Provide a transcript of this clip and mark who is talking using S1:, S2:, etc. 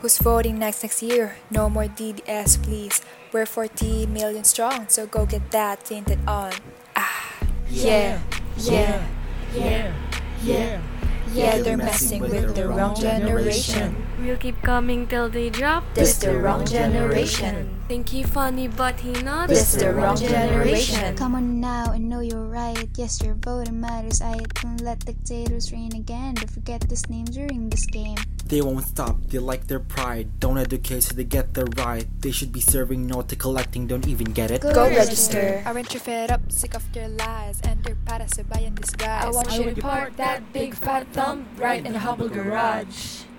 S1: Who's voting next next year? No more DDS, please. We're 40 million strong, so go get that tainted on. Ah, yeah, yeah,
S2: yeah, yeah.
S1: yeah, they're messing with the wrong generation.
S3: We'll keep coming till they drop.
S1: This the wrong generation.
S3: Think he funny, but he not.
S1: This the wrong generation.
S4: Come on now and know you're right. Yes, your vote matters. I don't let dictators reign again. Don't forget this name during this game.
S2: They won't stop, they like their pride. Don't educate so they get their right. They should be serving not to collecting, don't even get it.
S1: Go register. Aren't you fed up, sick of their lies and their para sa bayan disguise? I want you to park that big fat thumb right in the humble garage.